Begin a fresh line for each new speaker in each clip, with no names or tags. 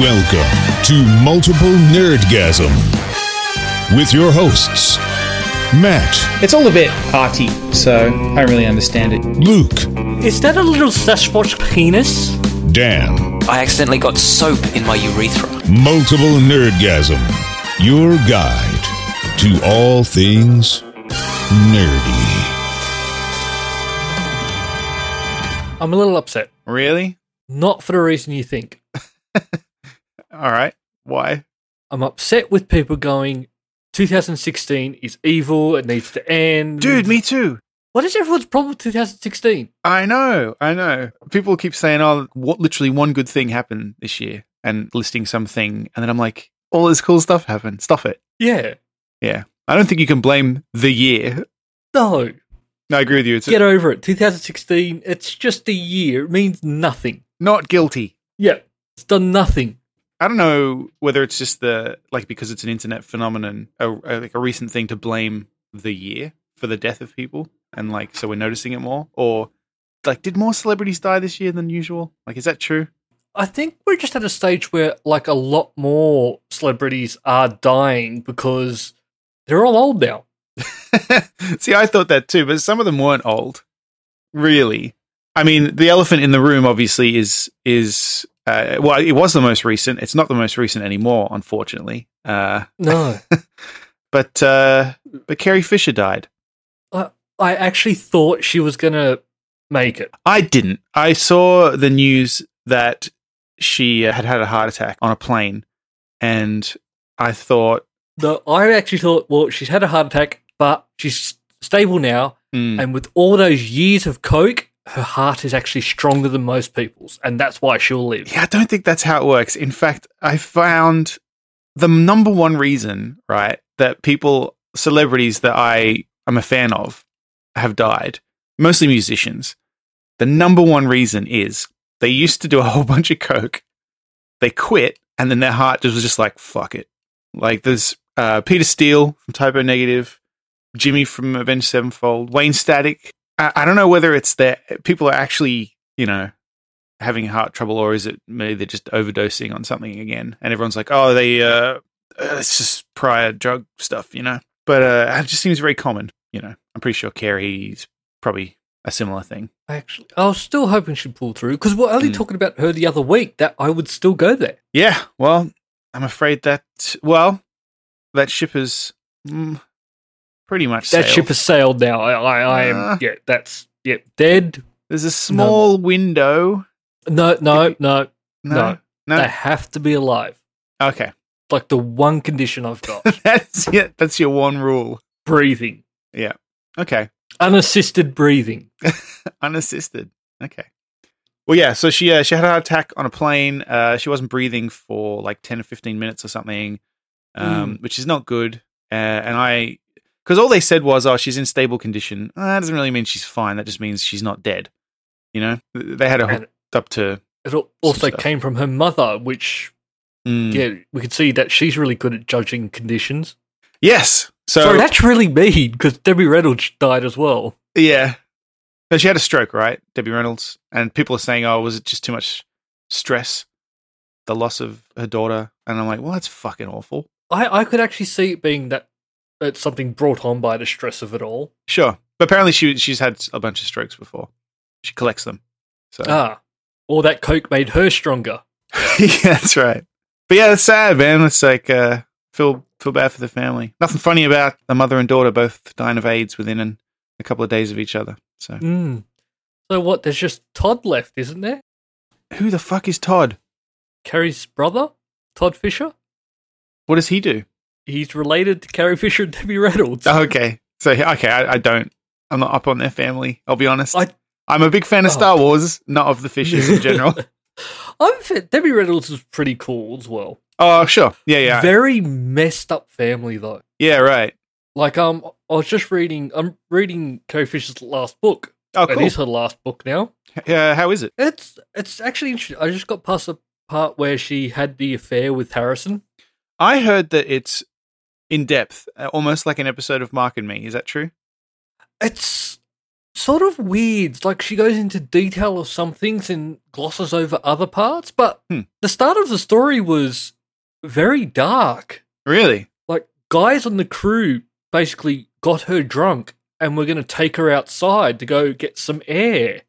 Welcome to Multiple Nerdgasm with your hosts, Matt,
It's all a bit arty, so I don't really understand it.
Luke,
Is that a little Sasquatch penis?
Dan,
I accidentally got soap in my urethra.
Multiple Nerdgasm, your guide to all things nerdy.
I'm a little upset.
Really?
Not for the reason you think.
All right. Why?
I'm upset with people going, 2016 is evil, it needs to end.
Dude, me too.
What is everyone's problem with 2016?
I know. I know. People keep saying, oh, what literally one good thing happened this year and listing something. And then I'm like, all this cool stuff happened. Stop it.
Yeah.
Yeah. I don't think you can blame the year.
No.
No, I agree with you. It's
Get over it. 2016, it's just a year. It means nothing.
not guilty.
Yeah. It's done nothing.
I don't know whether it's just the, like, because it's an internet phenomenon, a, a- like a recent thing to blame the year for the death of people. And, like, so we're noticing it more. Or, like, did more celebrities die this year than usual? Like, is that true?
I think we're just at a stage where, like, a lot more celebrities are dying because they're all old now.
See, I thought that too, but some of them weren't old, really. I mean, the elephant in the room obviously is is uh, well, it was the most recent. It's not the most recent anymore, unfortunately. Uh,
No.
but uh, but Carrie Fisher died.
I, I actually thought she was going to make it.
I didn't. I saw the news that she had had a heart attack on a plane, and I thought,
No, I actually thought, well, she's had a heart attack, but she's stable now.
mm,
And with all those years of coke, her heart is actually stronger than most people's. And that's why she'll live.
Yeah, I don't think that's how it works. In fact, I found the number one reason, right, that people, celebrities that I am a fan of, have died, mostly musicians. The number one reason is they used to do a whole bunch of coke, they quit, and then their heart just was just like, fuck it. Like there's uh, Peter Steele from Typo Negative, Jimmy from Avenged Sevenfold, Wayne Static. I, I don't know whether it's that people are actually, you know, having heart trouble, or is it maybe they're just overdosing on something again? And everyone's like, oh, they, uh, uh, it's just prior drug stuff, you know? But uh, it just seems very common, you know? I'm pretty sure Carrie's probably a similar thing.
Actually, I was still hoping she'd pull through because we're only
Mm.
talking about her the other week that I would still go there.
Yeah, well, I'm afraid that, well, that ship is mm, pretty much
That
sailed.
ship has sailed now. I, I, I am,
Uh.
yeah, that's, yeah, dead.
There's a small window.
No, no, no,
No. No.
They have to be alive.
Okay.
Like the one condition I've got
that's, yeah, that's your one rule.
breathing,
Okay.
unassisted breathing.
unassisted. Okay. Well, yeah. So she uh, she had a heart attack on a plane. Uh, she wasn't breathing for like ten or fifteen minutes or something, um,
Mm.
which is not good. Uh, and I, because all they said was, "Oh, she's in stable condition." Uh, that doesn't really mean she's fine. That just means she's not dead. You know, Th- they had her
And-
hooked up to.
It al- also
stuff.
came from her mother, which
Mm.
yeah, we could see that she's really good at judging conditions.
Yes. So
So that's really mean because Debbie Reynolds died as well.
yeah. No, she had a stroke, right, Debbie Reynolds? And people are saying, "Oh, was it just too much stress, the loss of her daughter?" And I'm like, "Well, that's fucking awful."
I, I could actually see it being that it's something brought on by the stress of it all.
Sure, but apparently she she's had a bunch of strokes before. She collects them. So
Ah, or that coke made her stronger.
yeah, that's right. But yeah, that's sad, man. It's like uh, feel feel bad for the family. Nothing funny about the mother and daughter both dying of AIDS within an, a couple of days of each other. So
Mm. So what? There's just Todd left, isn't there?
who the fuck is Todd?
Carrie's brother, Todd Fisher.
What does he do?
He's related to Carrie Fisher and Debbie Reynolds.
Oh, okay, so okay, I, I don't. I'm not up on their family. I'll be honest. I,
I-
am a big fan of
Oh.
Star Wars, not of the fishes in general.
I'm fit. Debbie Reynolds is pretty cool as well.
oh, sure. Yeah, yeah,
Very messed up family though.
yeah. Right.
Like um, I was just reading. I'm reading Carrie Fisher's last book.
Oh,
It
cool.
is her last book now.
Uh, how is it?
It's it's actually interesting. I just got past the part where she had the affair with Harrison.
I heard that it's in depth, uh, almost like an episode of Mark and Me. Is that true?
It's sort of weird. Like she goes into detail of some things and glosses over other parts. But
Hmm.
the start of the story was very dark.
Really?
Like guys on the crew basically got her drunk and were going to take her outside to go get some air.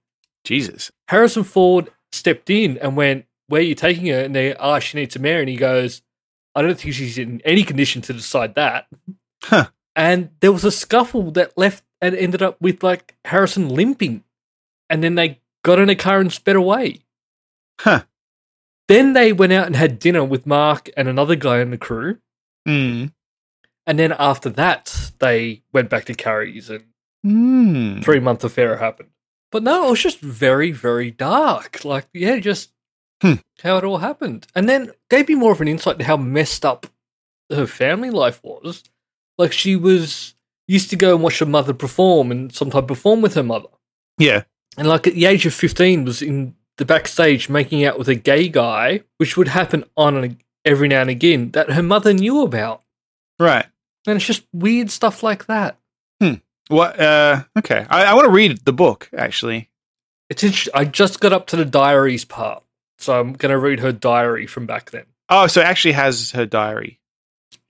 Jesus.
Harrison Ford stepped in and went, "Where are you taking her?" And they, "Ah, she needs some air." And he goes, "I don't think she's in any condition to decide that."
Huh.
And there was a scuffle that left and ended up with like Harrison limping, and then they got in a car and sped away.
Huh.
Then they went out and had dinner with Mark and another guy in the crew,
Mm.
and then after that they went back to Carrie's and
Mm.
three month affair happened. But no, it was just very, very dark. Like, yeah, just
Hmm.
how it all happened. And then gave me more of an insight to how messed up her family life was. Like, she was used to go and watch her mother perform and sometimes perform with her mother.
Yeah.
And like at the age of 15 was in the backstage making out with a gay guy, which would happen on and every now and again that her mother knew about.
Right.
And it's just weird stuff like that.
What? Uh, okay. I, I want to read the book actually.
It's inter- I just got up to the diaries part, so I'm going to read her diary from back then.
Oh, so it actually has her diary.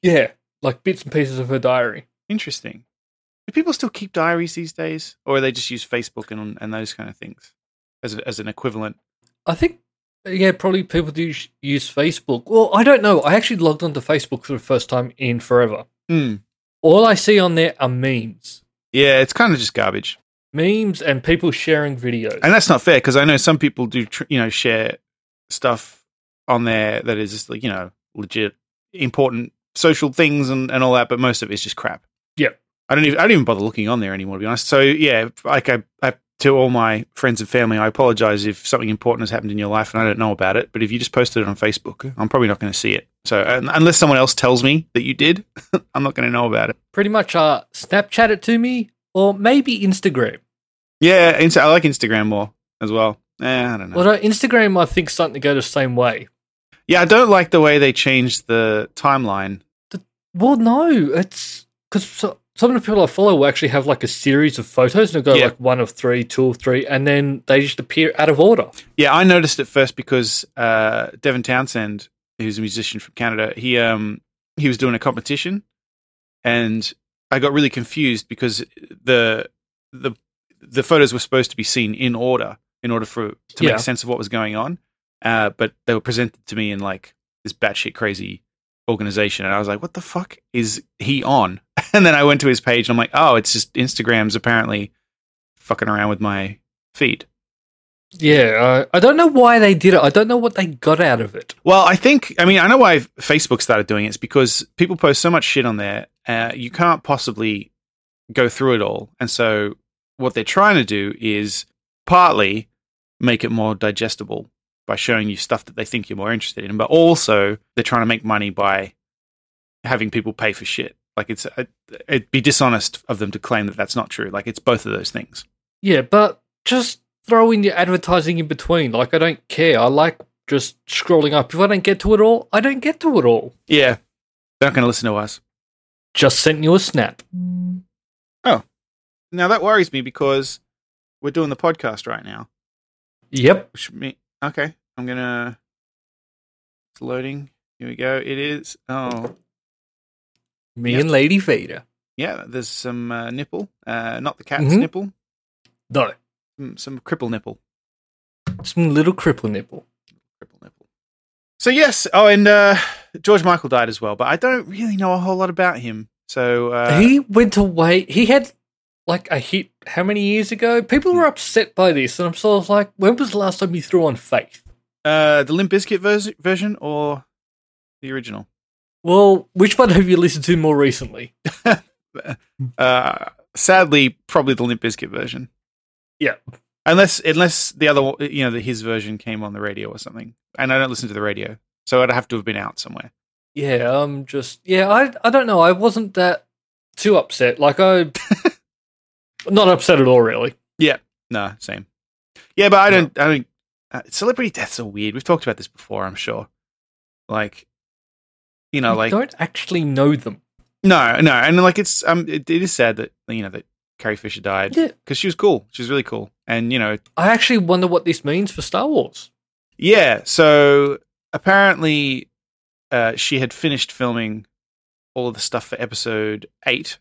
Yeah, like bits and pieces of her diary.
Interesting. Do people still keep diaries these days, or they just use Facebook and and those kind of things as a, as an equivalent?
I think, yeah, probably people do sh- use Facebook. Well, I don't know. I actually logged onto Facebook for the first time in forever.
Mm.
All I see on there are memes,
Yeah, it's kind of just garbage,
memes, and people sharing videos.
and that's not fair because I know some people do tr- you know share stuff on there that is just like you know legit important social things and, and all that, but most of it is just crap.
Yep.
I don't even I don't even bother looking on there anymore to be honest. So yeah, like I, I to all my friends and family, I apologize if something important has happened in your life and I don't know about it. But if you just posted it on Facebook, I'm probably not going to see it. So un- unless someone else tells me that you did, I'm not going to know about it.
Pretty much, uh, Snapchat it to me, or maybe Instagram.
Yeah, Insta- I like Instagram more as well. Eh, I don't know.
Although Instagram, I think, starting to go the same way.
Yeah, I don't like the way they changed the timeline.
Well, no, it's because so, some of the people I follow actually have like a series of photos and they'll go
Yeah.
like one of three, two of three, and then they just appear out of order.
Yeah, I noticed it first because uh, Devin Townsend, who's a musician from Canada, he um he was doing a competition, and I got really confused because the the the photos were supposed to be seen in order in order for to
Yeah.
make sense of what was going on, uh, but they were presented to me in like this batshit crazy organization, and I was like, what the fuck is he on? And then I went to his page, and I'm like, oh, it's just Instagram's apparently fucking around with my feed.
Yeah, I, I don't know why they did it. I don't know what they got out of it.
Well, I think I mean I know why Facebook started doing it. It's because people post so much shit on there, uh, you can't possibly go through it all. And so what they're trying to do is partly make it more digestible by showing you stuff that they think you're more interested in, but also they're trying to make money by having people pay for shit. Like it's uh, it'd be dishonest of them to claim that that's not true. Like it's both of those things.
Yeah, but just throw in your advertising in between. Like, I don't care. I like just scrolling up. If I don't get to it all, I don't get to it all.
Yeah, they're not going to listen to us.
Just sent you a snap.
Now that worries me because we're doing the podcast right now.
Yep.
Which me okay. I'm gonna. It's loading. Here we go. It is. Oh
Me
Yep.
and Lady Vader.
yeah. There's some uh, nipple. Uh, not the cat's
Mhm.
nipple.
No,
Mm, some cripple nipple.
some little cripple nipple.
Cripple nipple. So yes. Oh, and uh, George Michael died as well, but I don't really know a whole lot about him. So uh,
he went away. He had like a hit how many years ago? People were upset by this, and I'm sort of like, when was the last time you threw on faith?
uh, the Limp Bizkit vers- version or the original?
Well, which one have you listened to more recently?
Uh, sadly, probably the Limp Bizkit version.
Yeah.
Unless unless the other one- you know the, his version came on the radio or something, and I don't listen to the radio, so I'd have to have been out somewhere.
Yeah, I'm just yeah, I I don't know. I wasn't that too upset. Like I not upset at all really.
No, same. Yeah, but I don't. I don't. Uh, celebrity deaths are weird. We've talked about this before, I'm sure. Like, you know,
You
like
don't actually know them.
no, no, and like it's um, it, it is sad that you know that Carrie Fisher died
Yeah.
because she was cool. She was really cool, and you know,
I actually wonder what this means for Star Wars.
yeah. So apparently, uh, she had finished filming all of the stuff for episode eight.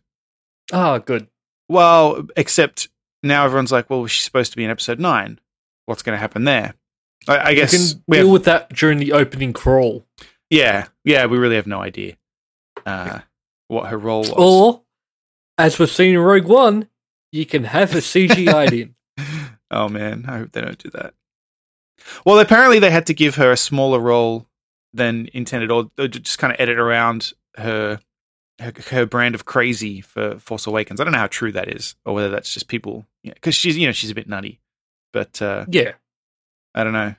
Ah, good.
Well, except now everyone's like, well, was she supposed to be in episode nine? What's going to happen there? I, I
You
guess
can
we
deal
have-
with that during the opening crawl,
yeah, yeah, we really have no idea uh, what her role was.
or as we've seen in Rogue One, you can have a CGI'd in.
Oh man, I hope they don't do that. Well, apparently they had to give her a smaller role than intended, or, or ju- just kind of edit around her, her her brand of crazy for Force Awakens. I don't know how true that is, or whether that's just people because she's you know she's a bit nutty, but uh,
Yeah,
I don't know.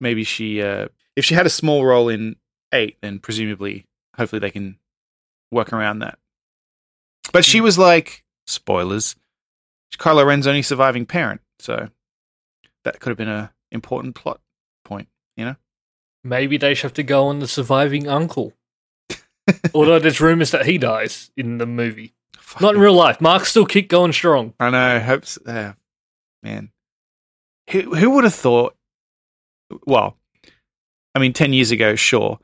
Maybe she uh, if she had a small role in eight, then presumably, hopefully they can work around that. But she was like spoilers. Kylo Ren's only surviving parent, so that could have been a important plot point.
maybe they should have to go on the surviving uncle. Although there's rumors that he dies in the movie, not in real life. Mark still keep going strong.
I know. Hopes, uh, man. Who who would have thought? Well, I mean, ten years ago, sure,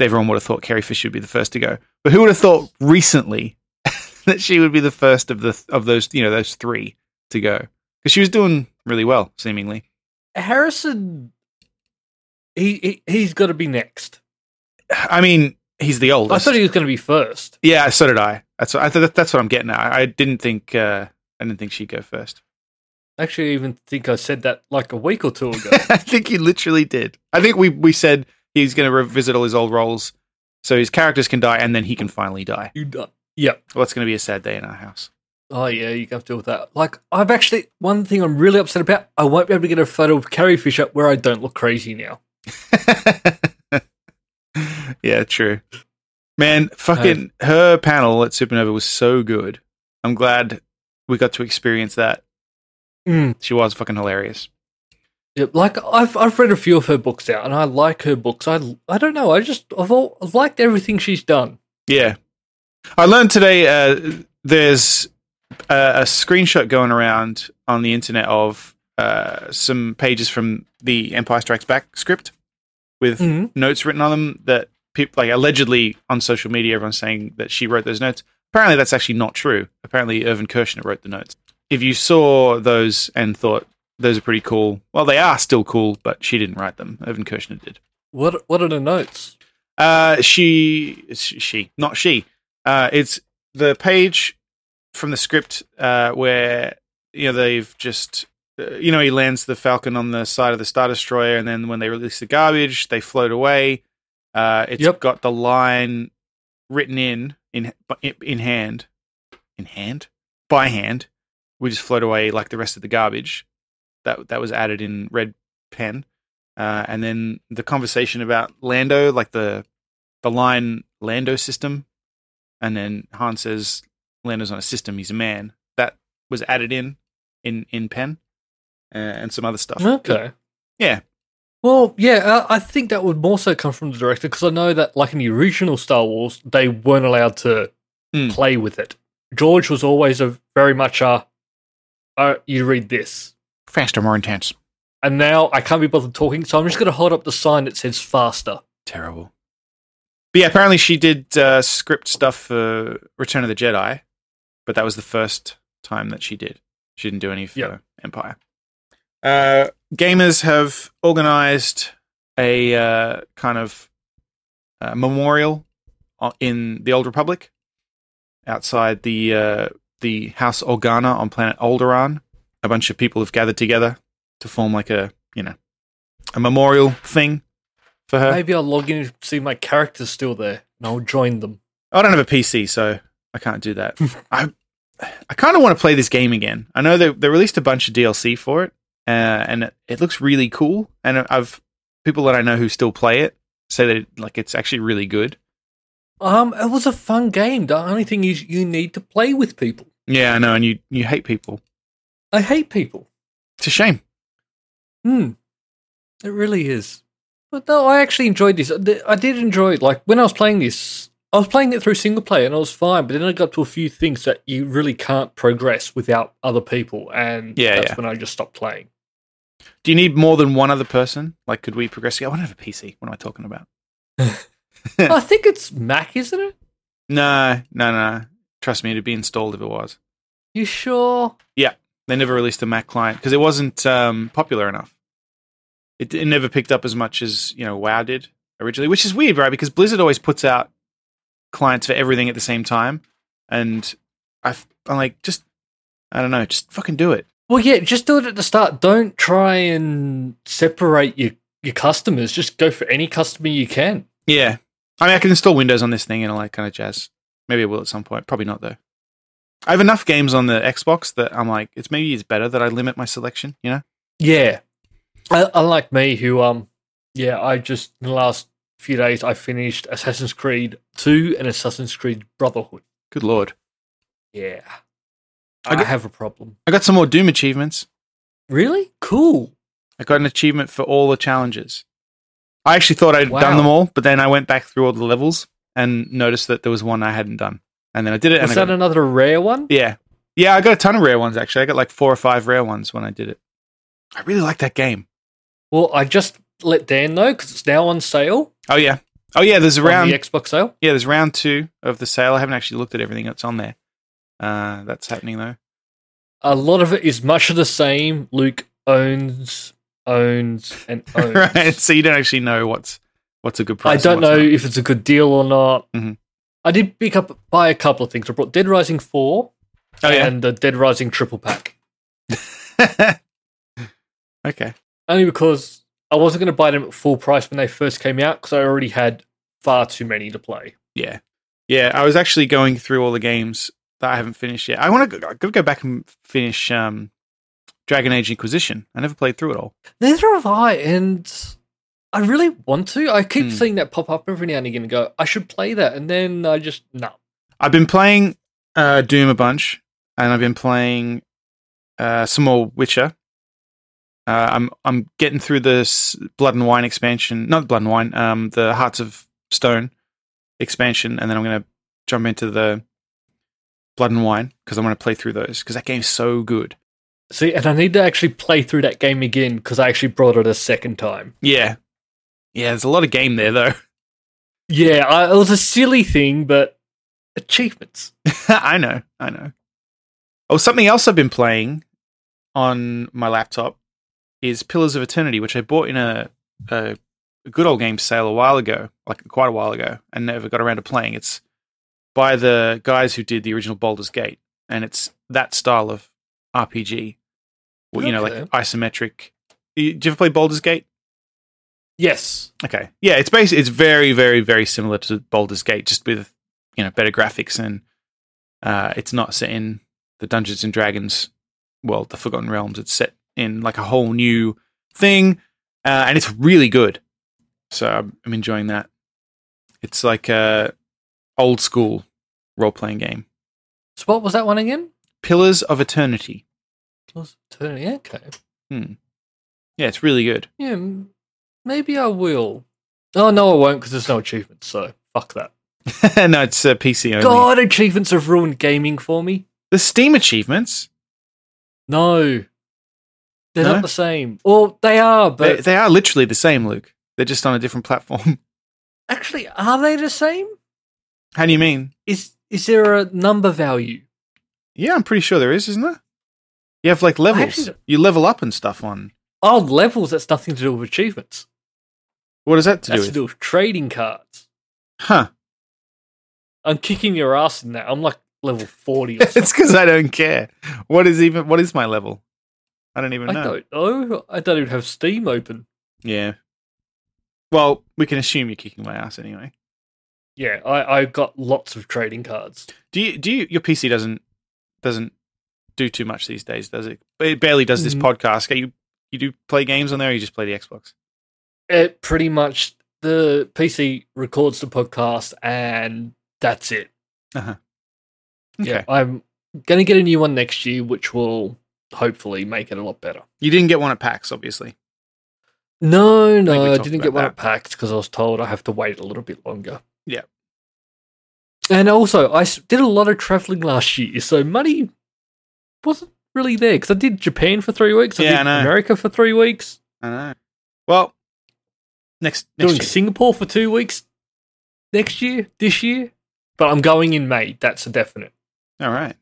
everyone would have thought Carrie Fisher would be the first to go, but who would have thought recently that she would be the first of the of those you know those three to go because she was doing really well seemingly.
Harrison, he, he he's got to be next.
I mean, he's the
I
oldest.
thought he was going to be first.
yeah, so did I. That's what, I thought that's what I'm getting at. I, I didn't think uh, I didn't think she'd go first.
Actually, I even think I said that like a week or two ago.
I think he literally did. I think we we said he's going to revisit all his old roles, so his characters can die, and then he can finally die.
you do- yeah.
Well, that's going to be a sad day in our house.
Oh yeah, you can have to deal with that. Like I've actually one thing I'm really upset about. I won't be able to get a photo of Carrie Fisher where I don't look crazy now.
yeah, true. Man, fucking her panel at Supernova was so good. I'm glad we got to experience that.
Mm.
She was fucking hilarious.
Yeah, like I've I've read a few of her books out, and I like her books. I I don't know. I just I've, all, I've liked everything she's done.
Yeah. I learned today uh, there's a, a screenshot going around on the internet of uh, some pages from the Empire Strikes Back script with
Mhm.
notes written on them that people, like, allegedly on social media, everyone's saying that she wrote those notes. Apparently, that's actually not true. Apparently, Irvin Kershner wrote the notes. If you saw those and thought those are pretty cool, well, they are still cool, but she didn't write them. Irvin Kershner did.
What what are the notes?
Uh, she, sh- she, not she. Uh, it's the page from the script uh, where you know they've just uh, you know he lands the Falcon on the side of the Star Destroyer, and then when they release the garbage, they float away. Uh, it's
Yep.
got the line written in in in hand, in hand by hand. We just float away like the rest of the garbage. That that was added in red pen, uh, and then the conversation about Lando, like the the line Lando system, and then Han says Lando's on a system. He's a man. That was added in in in pen, uh, and some other stuff.
Okay.
Yeah.
Well, yeah, I, I think that would more so come from the director because I know that, like in the original Star Wars, they weren't allowed to
Mm.
play with it. George was always a very much a, uh, you read this,
faster, more intense.
and now I can't be bothered talking, so I'm just going to hold up the sign that says faster.
Terrible. But yeah, apparently she did uh, script stuff for Return of the Jedi, but that was the first time that she did. She didn't do any for
Yeah.
Empire. Uh, gamers have organized a uh, kind of uh, memorial o- in the Old Republic outside the uh, the House Organa on planet Alderaan. A bunch of people have gathered together to form like a you know a memorial thing for her.
Maybe I'll log in and see my characters still there, and I'll join them.
I don't have a PC, so I can't do that. I I kind of want to play this game again. I know they they released a bunch of DLC for it, uh, and it, it looks really cool. And I've people that I know who still play it say that it, like it's actually really good.
Um, it was a fun game. The only thing is, you need to play with people.
Yeah, I know. And you you hate people.
I hate people.
It's a shame.
Hmm. It really is. But no, I actually enjoyed this. I did enjoy it. Like when I was playing this, I was playing it through single player and I was fine, but then I got to a few things that you really can't progress without other people, and
Yeah,
that's
yeah.
when I just stopped playing.
Do you need more than one other person? Like, could we progress? I don't have a PC. What am I talking about?
I think it's Mac, isn't it?
No, no, no. Trust me, it'd be installed if it was.
You sure?
They never released a Mac client because it wasn't um, popular enough. It, it never picked up as much as you know WoW did originally, which is weird, right? Because Blizzard always puts out clients for everything at the same time, and I, I'm like, just I don't know, just fucking do it.
Well, yeah, just do it at the start. Don't try and separate your your customers. Just go for any customer you can.
Yeah, I mean, I can install Windows on this thing and all that kind of jazz. Maybe I will at some point. Probably not though. I have enough games on the Xbox that I'm like, it's maybe it's better that I limit my selection. You know?
Yeah. Un- Unlike me, who um, yeah, I just in the last few days I finished Assassin's Creed Two and Assassin's Creed Brotherhood.
Good lord.
Yeah,
I
I,
got-
have a problem.
I got some more Doom achievements.
Really cool.
I got an achievement for all the challenges. I actually thought i had
Wow.
done them all, but then I went back through all the levels and noticed that there was one I hadn't done. And then I did it.
Was
and I
that
got,
another rare one?
yeah. Yeah, I got a ton of rare ones, actually. I got like four or five rare ones when I did it. I really like that game.
Well, I just let Dan know because it's now on sale
Oh, yeah. Oh, yeah, there's a
on
round.
the Xbox sale.
yeah, there's round two of the sale. I haven't actually looked at everything that's on there. Uh, that's happening, though.
A lot of it is much the same. Luke owns, owns, and owns.
right. So you don't actually know what's what's a good
I
price. and
don't
what's
know
not.
if it's a good deal or not.
Mhm.
I did pick up buy a couple of things. I brought Dead Rising Four
Oh, yeah.
and the Dead Rising triple pack,
Oh, okay.
only because I wasn't going to buy them at full price when they first came out because I already had far too many to play.
Yeah. Yeah. I was actually going through all the games that I haven't finished yet. I want to go, go back and finish um, Dragon Age Inquisition. I never played through it all.
Neither have I, and I really want to. I keep
Hmm.
seeing that pop up every now and again and go, I should play that, and then I just no.
I've been playing uh, Doom a bunch, and I've been playing uh, some more Witcher. Uh, I'm I'm getting through this Blood and Wine expansion, not Blood and Wine, um, the Hearts of Stone expansion, and then I'm gonna jump into the Blood and Wine because I want to play through those because that game's so good.
See, and I need to actually play through that game again because I actually brought it a second time.
Yeah, yeah. There's a lot of game there though.
Yeah, I, it was a silly thing, but achievements.
I know, I know. Oh, something else I've been playing on my laptop is Pillars of Eternity, which I bought in a, a, a good old game sale a while ago, like quite a while ago, and never got around to playing. It's by the guys who did the original Baldur's Gate, and it's that style of RPG. Well, you know, like
Okay.
isometric. You, do you ever play Baldur's Gate?
Yes.
Okay. Yeah, it's basically it's very, very, very similar to Baldur's Gate, just with you know better graphics and uh, it's not set in the Dungeons and Dragons world, the Forgotten Realms. It's set in like a whole new thing, uh, and it's really good. So I'm, I'm enjoying that. It's like a old school role playing game,
So what was that one again?
Pillars of Eternity.
Lost Eternity. Okay.
Yeah, it's really good.
Yeah, m- maybe I will. Oh no, I won't because there's no achievements. So fuck that.
no, it's uh, PC only.
God, achievements have ruined gaming for me.
The Steam achievements,
No, they're
No?
not the same. Or they are,
they,
but
they are literally the same, Luke. They're just on a different platform.
actually, are they the same?
How do you mean?
Is is there a number value?
Yeah, I'm pretty sure there is, isn't there? You have like
actually
levels.
don't-
You level up and stuff on.
Oh, levels. That's nothing to do with achievements.
What is that to do
That's to
with?
do with trading cards.
Huh.
I'm kicking your ass in that. I'm like level forty. Or something.
it's because I don't care. What is even? What is my level? I don't even know.
I don't know. I don't even have Steam open.
Yeah. Well, we can assume you're kicking my ass anyway.
Yeah, I, I got lots of trading cards.
Do you? Do you? Your PC doesn't doesn't do too much these days, does it? It barely does this
Mm.
podcast. Can You you do play games on there, or you just play the Xbox?
It pretty much the PC records the podcast and that's it.
Okay.
Yeah, I'm gonna get a new one next year, which will hopefully make it a lot better.
You didn't get one at PAX, obviously.
No,
we
no, I
talked
didn't
about
get one
that.
at PAX because I was told I have to wait a little bit longer. And also, I s- did a lot of traveling last year, so money wasn't really there because I did Japan for three weeks. I
Yeah, I
did
know.
America for three weeks.
I know. Well, next
Doing
next year.
Singapore for two weeks next year, this year. But I'm going in May. That's a definite.
All right.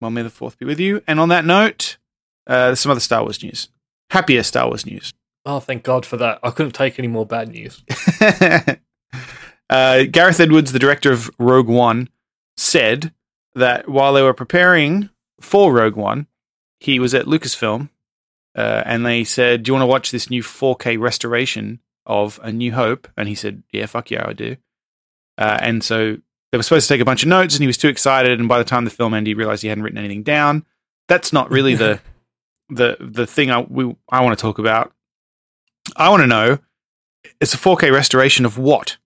Well, may the fourth be with you. And on that note, uh, there's some other Star Wars news. Happier Star Wars news.
Oh, thank God for that. I couldn't take any more bad news.
uh, Gareth Edwards, the director of Rogue One, said that while they were preparing for Rogue One, he was at Lucasfilm uh, and they said, Do you want to watch this new 4K restoration of A New Hope? And he said, Yeah, fuck yeah, I do. Uh, and so they were supposed to take a bunch of notes and he was too excited. And by the time the film ended, he realized he hadn't written anything down. That's not really the. The, the thing I we I want to talk about, I want to know it's a 4K restoration of what?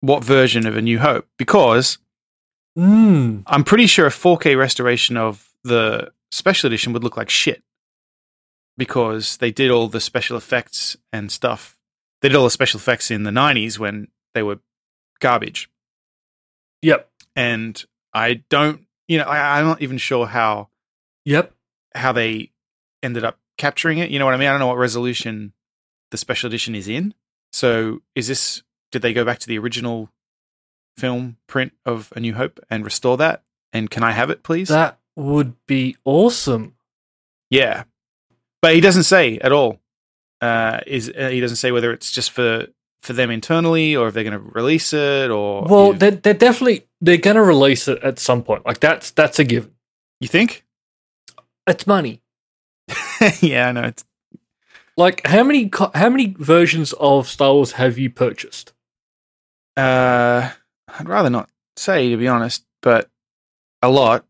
What version of A New Hope? Because
Mm.
I'm pretty sure a 4K restoration of the special edition would look like shit. Because they did all the special effects and stuff. They did all the special effects in the 90s when they were garbage.
Yep.
And I don't, you know, I, I'm not even sure how
Yep.
how they ended up capturing it. You know what I mean? I don't know what resolution the special edition is in. So is this did they go back to the original film print of A New Hope and restore that? And can I have it, please?
That would be awesome.
yeah, but he doesn't say at all. Uh, is uh, he doesn't say whether it's just for for them internally or if they're going to release it or
Well,
you,
they're, they're definitely they're going to release it at some point. Like that's that's a given.
you think?
It's money.
yeah, I know it's
Like how many co- how many versions of Star Wars have you purchased?
Uh, I'd rather not say, to be honest, but a lot.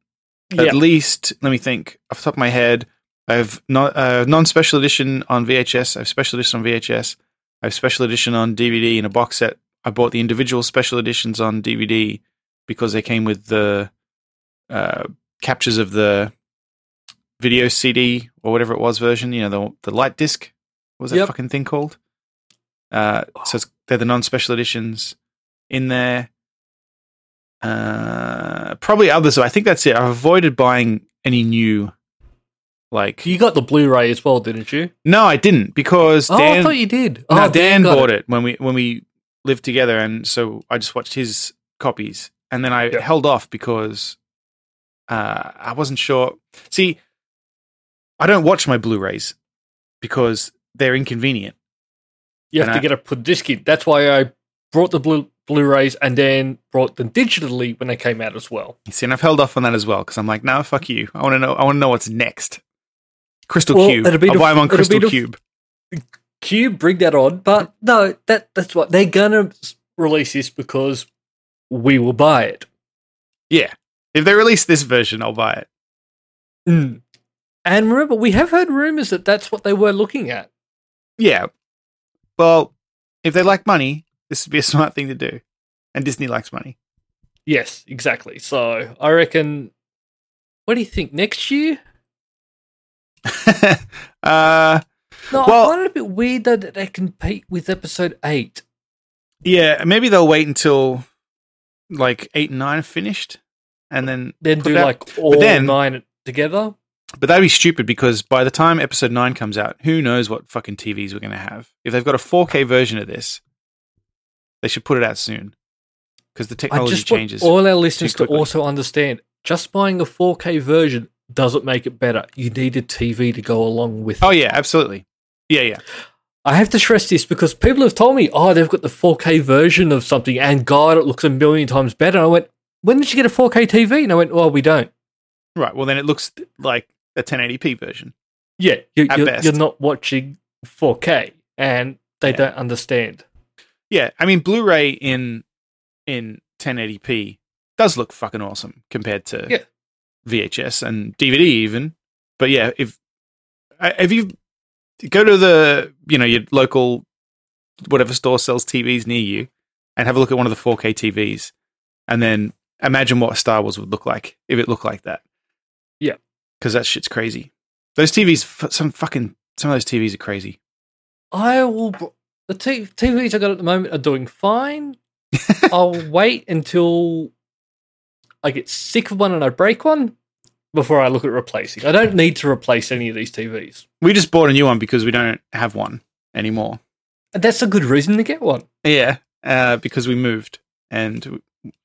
Yeah.
At least, let me think. Off the top of my head, I have non uh, non special edition on VHS. I have special edition on VHS. I have special edition on DVD in a box set. I bought the individual special editions on DVD because they came with the uh, captures of the video CD or whatever it was version. You know, the the light disc. What was that
Yep.
fucking thing called? Uh, so it's, they're the non special editions in there. Uh, probably others. but I think that's it. I've avoided buying any new. Like
You got the Blu-ray as well, didn't you?
no, I didn't because
Oh,
Dan.
I thought you did.
no,
oh,
Dan,
got
bought it. when we when we lived together, and so I just watched his copies, and then I
Yeah.
held off because uh, I wasn't sure. See, I don't watch my Blu-rays because they're inconvenient.
You have
And
to
I-
get a put disc in. That's why I brought the blue, Blu-rays and then brought them digitally when they came out as well.
See, and I've held off on that as well because I'm like, no, fuck you. I want to know. I want to know what's next. Crystal
Well,
Cube.
it'll be
I'll
the-
buy them on
it'll be
Crystal
the-
Cube.
Cube, bring that on. But no, that that's what they're gonna s- release this because we will buy it.
yeah. If they release this version, I'll buy it. Mm.
And remember, we have heard rumors that that's what they were looking at.
Yeah. Well, if they like money, this would be a smart thing to do. And Disney likes money.
Yes, exactly. So I reckon. What do you think next year?
uh,
No,
Well-
I find it a bit weird though that they compete with Episode Eight.
yeah. Maybe they'll wait until like eight and nine are finished, and then
Then
put
do
it out.
like all
then-
nine together.
But that'd be stupid because by the time episode nine comes out, who knows what fucking TVs we're going to have? If they've got a 4K version of this, they should put it out soon because the
I
technology
just want
changes.
all our listeners to
quickly.
also understand: just buying a 4K version doesn't make it better. You need a TV to go along with.
oh
it.
yeah, absolutely. Yeah, yeah.
I have to stress this because people have told me, "Oh, they've got the 4K version of something, and God, it looks a million times better." And I went, "When did you get a 4K TV?" And I went, "Well, we don't."
Right. Well, then it looks like a 1080p version.
Yeah, you're,
At
you're,
best.
you're not watching 4K, and they
Yeah.
don't understand.
Yeah, I mean, Blu-ray in in 1080p does look fucking awesome compared to
Yeah.
VHS and DVD even. But yeah, if I- if you go to the you know your local whatever store sells TVs near you and have a look at one of the 4K TVs, and then imagine what Star Wars would look like if it looked like that.
Yeah.
because that shit's crazy. Those TVs, f- some fucking some of those TVs are crazy.
I will. br- The t- TVs I got at the moment are doing fine. I'll wait until I get sick of one and I break one before I look at replacing. I don't need to replace any of these TVs.
We just bought a new one because we don't have one anymore.
And That's a good reason to get one.
Yeah, uh, because we moved and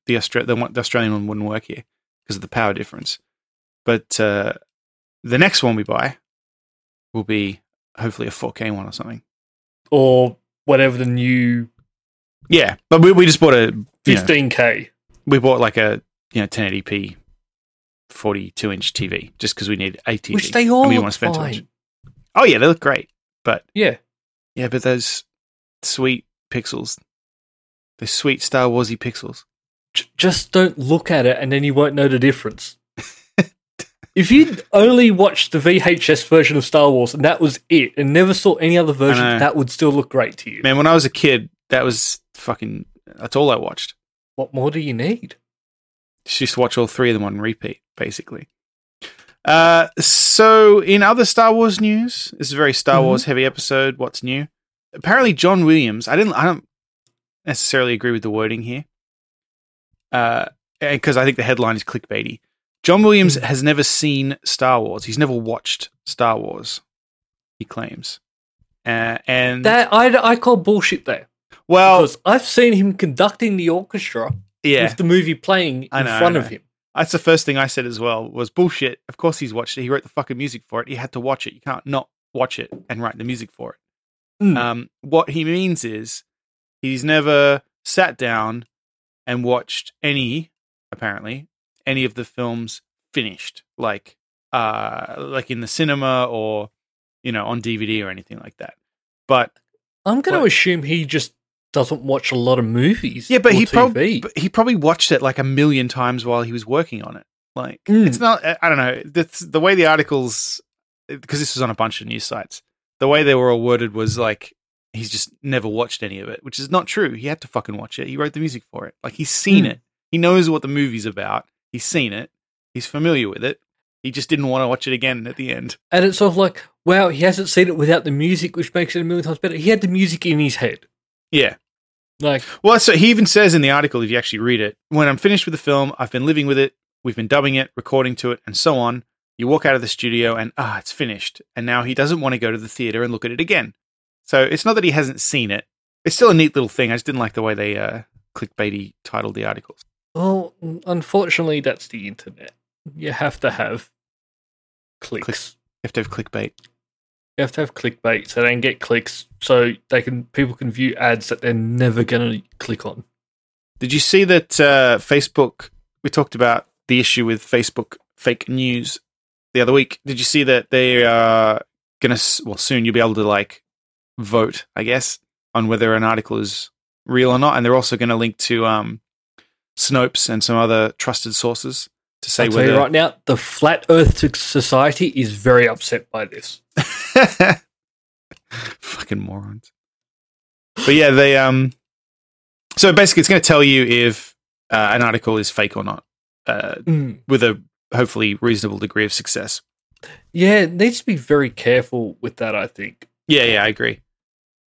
the, Austra- the, one- the Australian one wouldn't work here because of the power difference. But uh, the next one we buy will be hopefully a 4K one or something.
Or whatever the new
Yeah, but we, we just bought a you know,
15K.
we bought like a you know 1080p 42 inch TV just because we need a TV.
Which they all
and we
look
didn't wanna spend too much.
fine.
Oh yeah, they look great, but
Yeah.
yeah, but those sweet pixels, those sweet Star Warsy pixels.
J- just don't look at it and then you won't know the difference. if you only watched the VHS version of Star Wars and that was it and never saw any other version,
know.
that would still look great to you.
Man, when I was a kid, that was fucking. That's all I watched.
What more do you need?
Just used to watch all three of them on repeat, basically. Uh, so in other Star Wars news, this is a very Star
Mhm.
Wars heavy episode. What's new? Apparently, John Williams. I didn't. I don't necessarily agree with the wording here, because I think the headline is clickbaity. John
Mm.
Williams has never seen Star Wars. He's never watched Star Wars. He claims, uh, and
That I, I call bullshit there.
well,
Because I've seen him conducting the orchestra
Oh. yeah,
with the movie playing
I
in
know, I
front
know.
of him.
That's the first thing I said as well was bullshit. Of course he's watched it. He wrote the fucking music for it. He had to watch it. You can't not watch it and write the music for it.
Mm.
Um, what he means is he's never sat down and watched any, apparently, any of the films finished, like uh, like in the cinema or you know on DVD or anything like that. But
I'm going to
What?
assume he just doesn't watch a lot of movies.
Yeah, but
or
he probably
TV.
he probably watched it like a million times while he was working on it. Like
Mm.
it's not uh, I I don't know that's the way the articles because this was on a bunch of news sites. The way they were all worded was like he's just never watched any of it, which is not true. He had to fucking watch it. He wrote the music for it. Like he's seen
Mm.
it. He knows what the movie's about. He's seen it. He's familiar with it. He just didn't want to watch it again at the end.
and it's sort of like, wow, he hasn't seen it without the music, which makes it a million times better. He had the music in his head.
Yeah.
Like,
Well, so he even says in the article, if you actually read it, when I'm finished with the film, I've been living with it, we've been dubbing it, recording to it, and so on. You walk out of the studio and ah, it's finished. And now he doesn't want to go to the theater and look at it again. So it's not that he hasn't seen it. It's still a neat little thing. I just didn't like the way they uh, clickbaity titled the articles.
well, unfortunately, that's the internet. You have to have clicks.
Clicks. You have to have clickbait.
You have to have clickbait so they can get clicks, so they can people can view ads that they're never going to click on.
Did you see that uh, Facebook? We talked about the issue with Facebook fake news the other week. Did you see that they are gonna? s- Well, soon you'll be able to like vote, I guess, on whether an article is real or not, and they're also going to link to um, Snopes and some other trusted sources to say
I'll tell
whether.
you right now, the Flat Earth T- Society is very upset by this.
Fucking morons. But yeah, they um. So basically, it's going to tell you if uh, an article is fake or not. Uh, with a hopefully reasonable degree of success.
Yeah, it needs to be very careful with that, I think.
Yeah, yeah, I agree.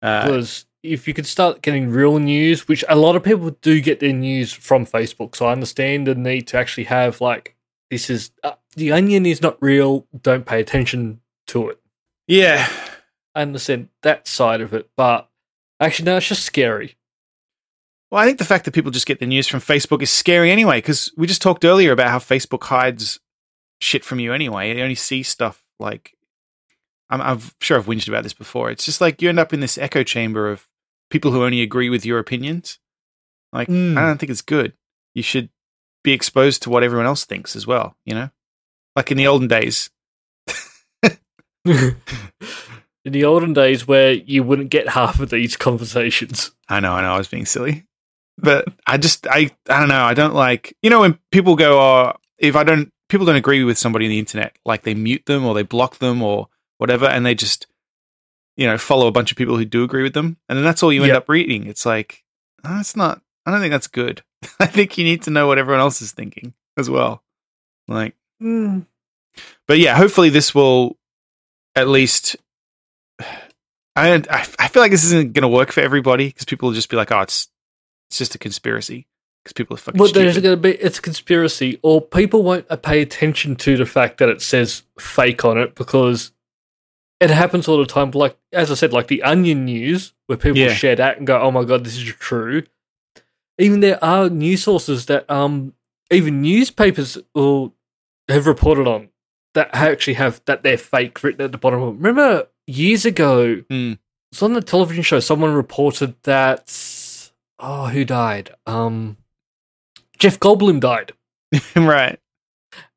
Uh,
Because if you could start getting real news, which a lot of people do get their news from Facebook, so I understand the need to actually have, like, this is uh, the onion is not real, don't pay attention to it.
yeah,
I understand that side of it, but actually, no, it's just scary.
well, I think the fact that people just get their news from Facebook is scary anyway. Because we just talked earlier about how Facebook hides shit from you anyway. You only see stuff like I'm, I'm sure I've whinged about this before. It's just like you end up in this echo chamber of people who only agree with your opinions. Like
Mm.
I don't think it's good. You should be exposed to what everyone else thinks as well. You know, like in the olden days.
In the olden days where you wouldn't get half of these conversations.
I know, I know, I was being silly, but I just, I, I don't know, I don't like, you know, when people go, oh, if I don't, people don't agree with somebody on the internet, like they mute them or they block them or whatever, and they just, you know, follow a bunch of people who do agree with them, and then that's all you end
Yep.
up reading. It's like, oh, that's not, I don't think that's good. I think you need to know what everyone else is thinking as well. Like, but yeah, hopefully this will at least. I I, I feel like this isn't going to work for everybody because people will just be like, "Oh, it's It's just a conspiracy because people are fucking
But
stupid.
there's going to be it's a conspiracy, or people won't pay attention to the fact that it says fake on it because it happens all the time. Like as I said, like the Onion news where people
Yeah.
share that and go, "Oh my god, this is true." Even there are news sources that um even newspapers will have reported on that actually have that they're fake written at the bottom of them. Remember years ago,
Hmm.
it's on the television show. Someone reported that oh, who died? Um, Jeff Goldblum died,
right.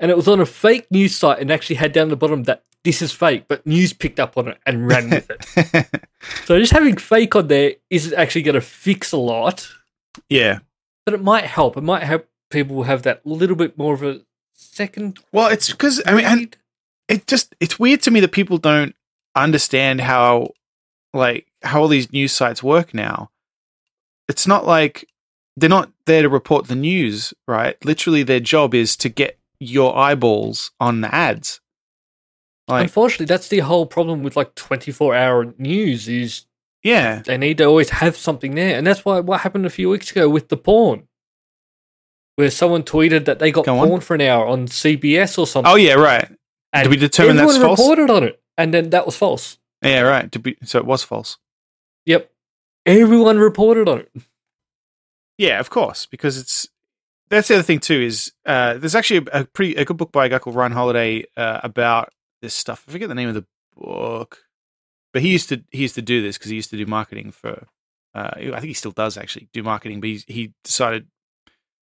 and it was on a fake news site, and actually had down the bottom that this is fake, but news picked up on it and ran with it. So just having fake on there isn't actually going to fix a lot,
yeah.
but it might help. It might help people have that little bit more of a second.
Well, it's because I mean, and
read.
it just it's weird to me that people don't understand how like how all these news sites work now. It's not like they're not there to report the news, right? Literally their job is to get your eyeballs on the ads. Like
Unfortunately, that's the whole problem with like twenty-four hour news is
yeah.
they need to always have something there, and that's why what happened a few weeks ago with the porn, where someone tweeted that they got
Go on.
porn for an hour on CBS or something.
Oh yeah, right.
and
did we determine that's
everyone
false?
reported on it, and then that was false.
Yeah, right. To be, so it was false.
Yep, everyone reported on it.
Yeah, of course, because it's that's the other thing too is uh, there's actually a, a pretty a good book by a guy called Ryan Holiday uh, about this stuff. I forget the name of the book, but he used to he used to do this because he used to do marketing for. Uh, I think he still does actually do marketing, but he, he decided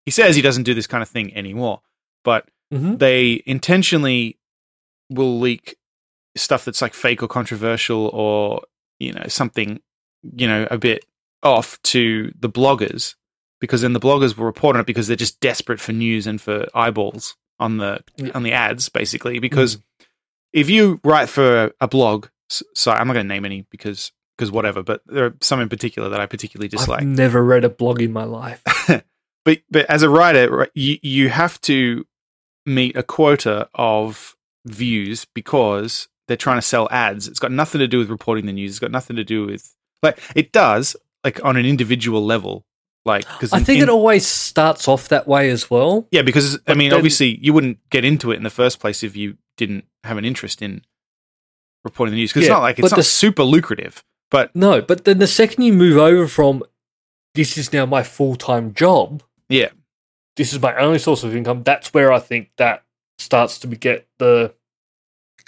he says he doesn't do this kind of thing anymore. But
hmm
they intentionally will leak stuff that's like fake or controversial or you know something you know a bit off to the bloggers because then the bloggers will report on it because they're just desperate for news and for eyeballs on the
Yeah. Mm.
on the ads basically because if you write for a blog s- sorry I'm not going to name any because because whatever but there are some in particular that I particularly dislike
I've never read a blog in my life.
but but as a writer, right, you you have to meet a quota of views because they're trying to sell ads. It's got nothing to do with reporting the news. It's got nothing to do with like it does like on an individual level, like because
I think it always starts off that way as well.
yeah because I
but
mean
then-
obviously you wouldn't get into it in the first place if you didn't have an interest in reporting the news because
Yeah,
it's not like
but
it's not
the-
super lucrative, but
No, but then the second you move over from this is now my full time job.
Yeah.
This is my only source of income. That's where I think that starts to be get the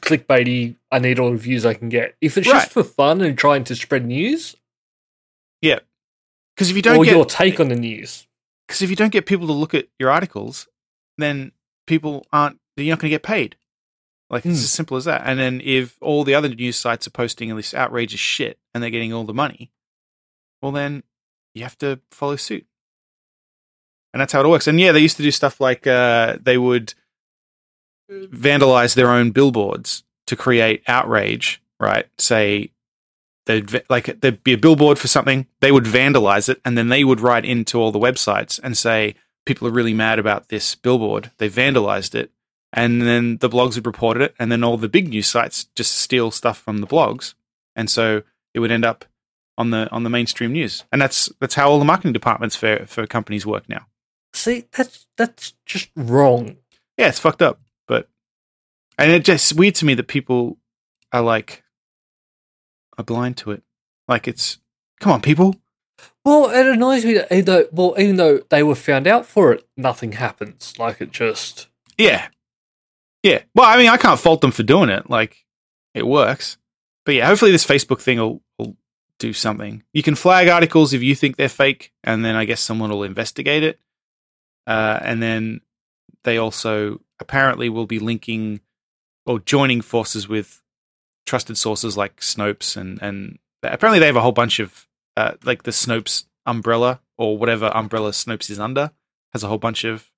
clickbaity I need all the views I can get. If it's
Right.
just for fun and trying to spread news
because if you don't
or
get
your take on the news.
Because if you don't get people to look at your articles, then people aren't. You're not going to get paid. Like it's
Hmm.
as simple as that. And then if all the other news sites are posting all this outrageous shit and they're getting all the money, well then you have to follow suit. And that's how it works. And yeah, they used to do stuff like uh, they would vandalize their own billboards to create outrage. Right? Say they'd v- like there'd be a billboard for something they would vandalize it and then they would write into all the websites and say people are really mad about this billboard they vandalized it and then the blogs would report it and then all the big news sites just steal stuff from the blogs and so it would end up on the on the mainstream news and that's that's how all the marketing departments for for companies work now
See, that's that's just wrong.
yeah it's fucked up but and it just weird to me that people are like are blind to it like it's come on people
Well, it annoys me that either well, even though they were found out for it, nothing happens. Like it just
Yeah. Yeah. Well, I mean, I can't fault them for doing it. Like, it works. But yeah, hopefully this Facebook thing will, will do something. You can flag articles if you think they're fake, and then I guess someone will investigate it. Uh, and then they also apparently will be linking or joining forces with trusted sources like Snopes and and apparently they have a whole bunch of uh, like the Snopes umbrella or whatever umbrella Snopes is under has a whole bunch of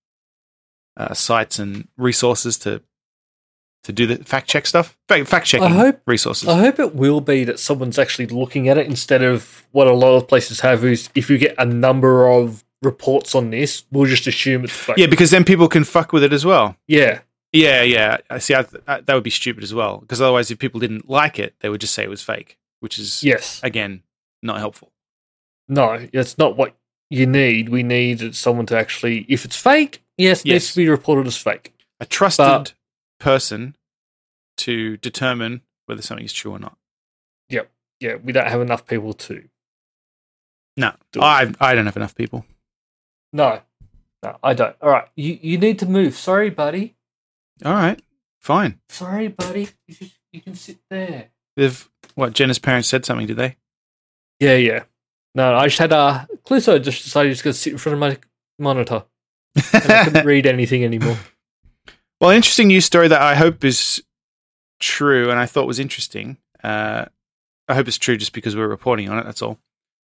uh, sites and resources to to do the fact check stuff. Fact, fact checking
hope-
resources.
I hope it will be that someone's actually looking at it instead of what a lot of places have is if you get a number of reports on this, we'll just assume it's fake.
yeah, because then people can fuck with it as well.
yeah,
Yeah, yeah. I see. I, I, that would be stupid as well. Because otherwise, if people didn't like it, they would just say it was fake, which is
yes,
again not helpful.
no, it's not what you need, we need someone to actually, if it's fake, yes, it needs
Yes.
to be reported as fake.
A trusted
But-
person to determine whether something is true or not.
Yeah, we don't have enough people to.
No,
Do it.
I, I don't have enough people.
No, no, I don't. All right, you you need to move. Sorry, buddy.
All right, fine.
Sorry, buddy. You just you can sit there.
They've what? Jenna's parents said something, did they?
Yeah, yeah. No, I just had uh, Cluso just decided he's going to sit in front of my monitor. And I couldn't read anything anymore.
Well, an interesting news story that I hope is true and I thought was interesting. Uh, I hope it's true just because we're reporting on it. That's all.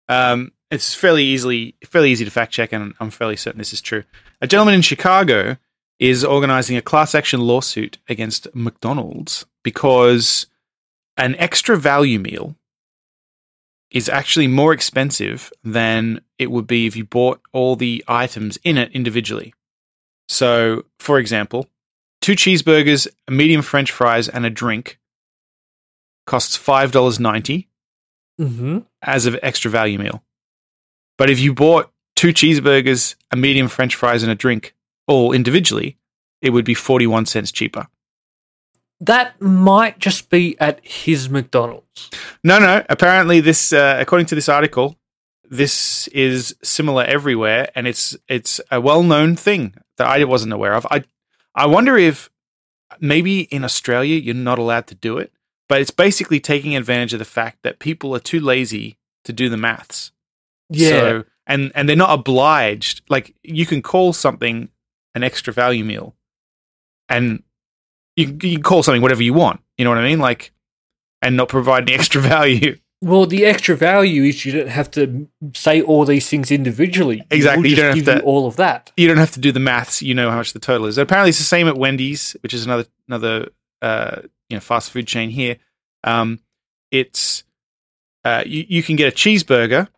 Um, it's fairly easily fairly easy to fact check, and I'm fairly certain this is true. A gentleman in Chicago is organizing a class action lawsuit against McDonald's because an extra value meal is actually more expensive than it would be if you bought all the items in it individually. So, for example, two cheeseburgers, a medium French fries, and a drink costs five dollars ninety
Mm-hmm.
as an extra value meal. But if you bought two cheeseburgers, a medium French fries, and a drink all individually, it would be forty one cents cheaper.
That might just be at his McDonald's.
No, no. Apparently, this uh, according to this article, this is similar everywhere, and it's it's a well known thing that I wasn't aware of. I I wonder if maybe in Australia you're not allowed to do it, but it's basically taking advantage of the fact that people are too lazy to do the maths. So, and and they're not obliged. Like you can call something an extra value meal, and you, you can call something whatever you want. You know what I mean? Like, and not provide any extra value.
Well, the extra value is you don't have to say all these things individually.
Exactly,
You
you
just
don't have
give
to-
you all of that.
You don't have to do the maths. You know how much the total is. Apparently, it's the same at Wendy's, which is another another uh, you know fast food chain here. Um, it's uh, you, you can get a cheeseburger.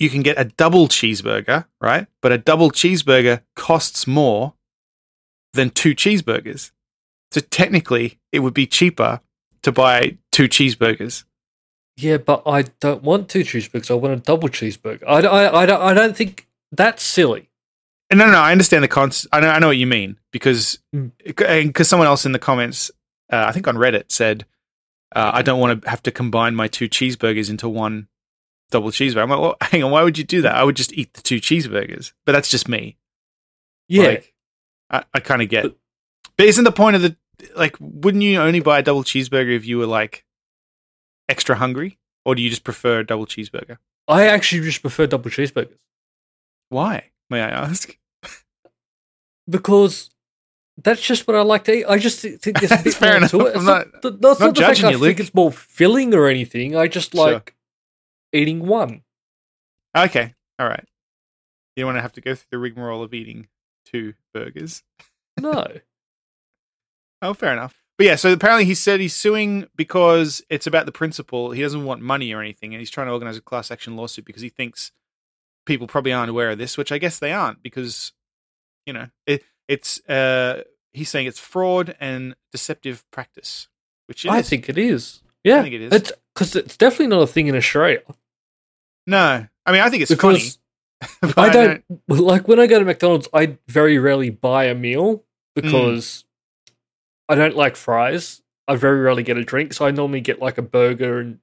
You can get a double cheeseburger, right? But a double cheeseburger costs more than two cheeseburgers. So technically, it would be cheaper to buy two cheeseburgers.
Yeah, but I don't want two cheeseburgers. I want a double cheeseburger. I, I, I, don't- I don't think that's silly.
And no, no, I understand the cons. I know, I know what you mean because
Mm.
because someone else in the comments, uh, I think on Reddit, said, uh, "I don't want to have to combine my two cheeseburgers into one double cheeseburger." I'm like, "Well, hang on, why would you do that? I would just eat the two cheeseburgers." But that's just me.
Yeah.
Like, I, I kind of get.
But-
but isn't the point of the like? Wouldn't you only buy a double cheeseburger if you were like extra hungry, or do you just prefer a double cheeseburger?
I actually just prefer double cheeseburgers
Why may I ask?
because that's just what I like to eat. I just thi- think there's a
That's
bit
fair
more
enough.
to it.
I'm
It's
not-
th- that's
not
not the fact
judging
I
you,
think
Luke.
it's more filling or anything. I just
Sure.
like eating one.
Okay. All right. You don't want to have to go through the rigmarole of eating two burgers.
No.
Oh, fair enough. But yeah, so apparently he said he's suing because it's about the principle. He doesn't want money or anything, and he's trying to organize a class action lawsuit because he thinks people probably aren't aware of this, which I guess they aren't because you know it, it's. Uh, he's saying it's fraud and deceptive practice, which it
I
is.
think it is. Yeah.
think it is.
It's because it's definitely not a thing in Australia.
no. I mean, I think it's funny.
because
but
I don't, like when I go to McDonald's. I very rarely buy a meal
Mm.
because I don't like fries. I very rarely get a drink, so I normally get like a burger and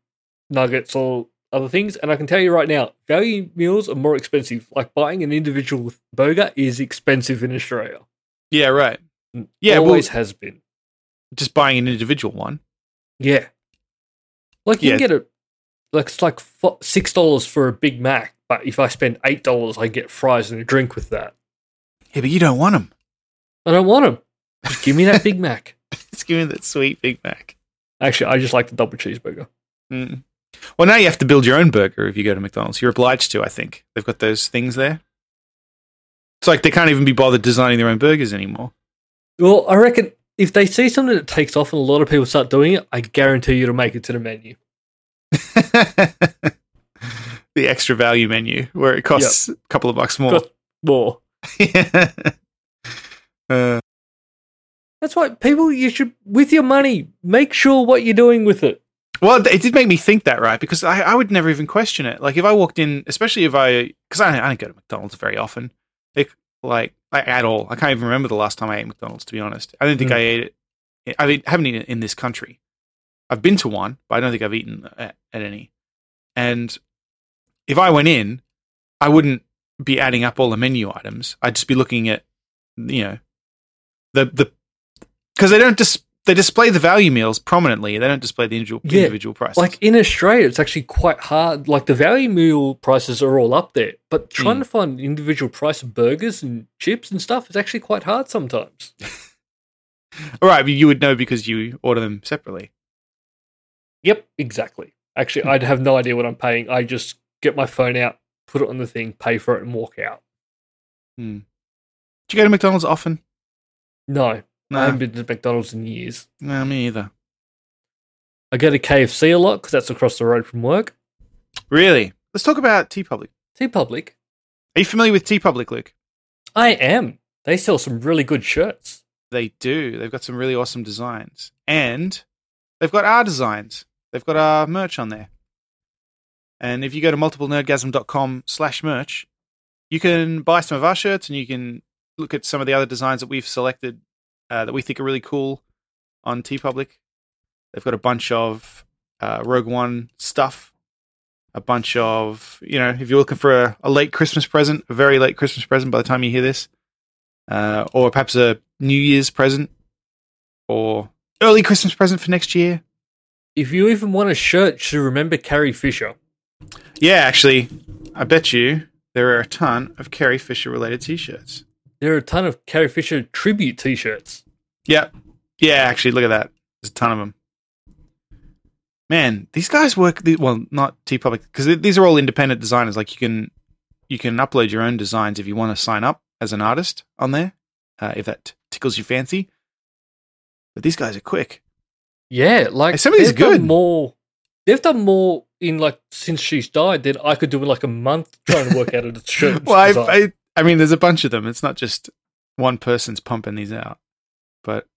nuggets or other things. And I can tell you right now, value meals are more expensive. Like buying an individual burger is expensive in Australia.
Yeah, right. Yeah, well-
Mm, always has been.
Just buying an individual one.
Yeah, like you
Yeah.
can get a like it's like fo- six dollars for a Big Mac, but if I spend eight dollars, I get fries and a drink with that.
Yeah, but you don't want them.
I don't want them. Just give me that Big Mac.
Just give me that sweet Big Mac.
Actually, I just like the double cheeseburger.
Mm. Well, now you have to build your own burger if you go to McDonald's. You're obliged to, I think. They've got those things there. It's like they can't even be bothered designing their own burgers anymore.
Well, I reckon if they see something that takes off and a lot of people start doing it, I guarantee you it'll make it to the menu.
the extra value menu where it costs a couple of bucks more.
Cost- More.
Uh,
That's why people, you should, with your money, make sure what you're doing with it.
Well, it did make me think that, right? Because I, I would never even question it. Like if I walked in, especially if I, because I, I don't go to McDonald's very often, like, like like, at all. I can't even remember the last time I ate McDonald's. To be honest, I don't
Hmm.
think I ate it. I mean, haven't eaten it in this country. I've been to one, but I don't think I've eaten at, at any. And if I went in, I wouldn't be adding up all the menu items. I'd just be looking at, you know, the the because they don't just they display the value meals prominently. They don't display the individual
Yeah,
individual prices.
Like in Australia, it's actually quite hard. Like the value meal prices are all up there, but trying to find individual price of burgers and chips and stuff is actually quite hard sometimes.
all right, but you would know because you order them separately.
Yep, exactly. Actually, I'd have no idea what I'm paying. I just get my phone out, put it on the thing, pay for it, and walk out.
Do you go to McDonald's often?
No, I
No,
haven't been to McDonald's in years.
no, me either.
I go to KFC a lot because that's across the road from work.
Really? Let's talk about T Public.
T Public,
Are you familiar with T Public, Luke?
I am. They sell some really good shirts.
They do. They've got some really awesome designs, and they've got our designs. They've got our merch on there. And if you go to multiplenerdgasm.com slash merch, you can buy some of our shirts and you can look at some of the other designs that we've selected uh, that we think are really cool on T Public. They've got a bunch of uh, Rogue One stuff, a bunch of, you know, if you're looking for a, a late Christmas present, a very late Christmas present by the time you hear this, uh, or perhaps a New Year's present or early Christmas present for next year.
If you even want a shirt to remember Carrie Fisher,
Yeah, actually, I bet you there are a ton of Carrie Fisher related t shirts.
there are a ton of Carrie Fisher tribute t shirts.
Yep. Yeah, actually, look at that. There's a ton of them. Man, these guys work. the- Well, not T Public because these are all independent designers. Like you can, you can upload your own designs if you want to sign up as an artist on there, uh, if that tickles your fancy. But these guys are quick.
Yeah, like
Hey, some of these
they've
are good.
Done more, they've done more in like since she's died than I could do in like a month trying to work out a shirt.
well,
design.
I, I, I mean, there's a bunch of them. It's not just one person's pumping these out. But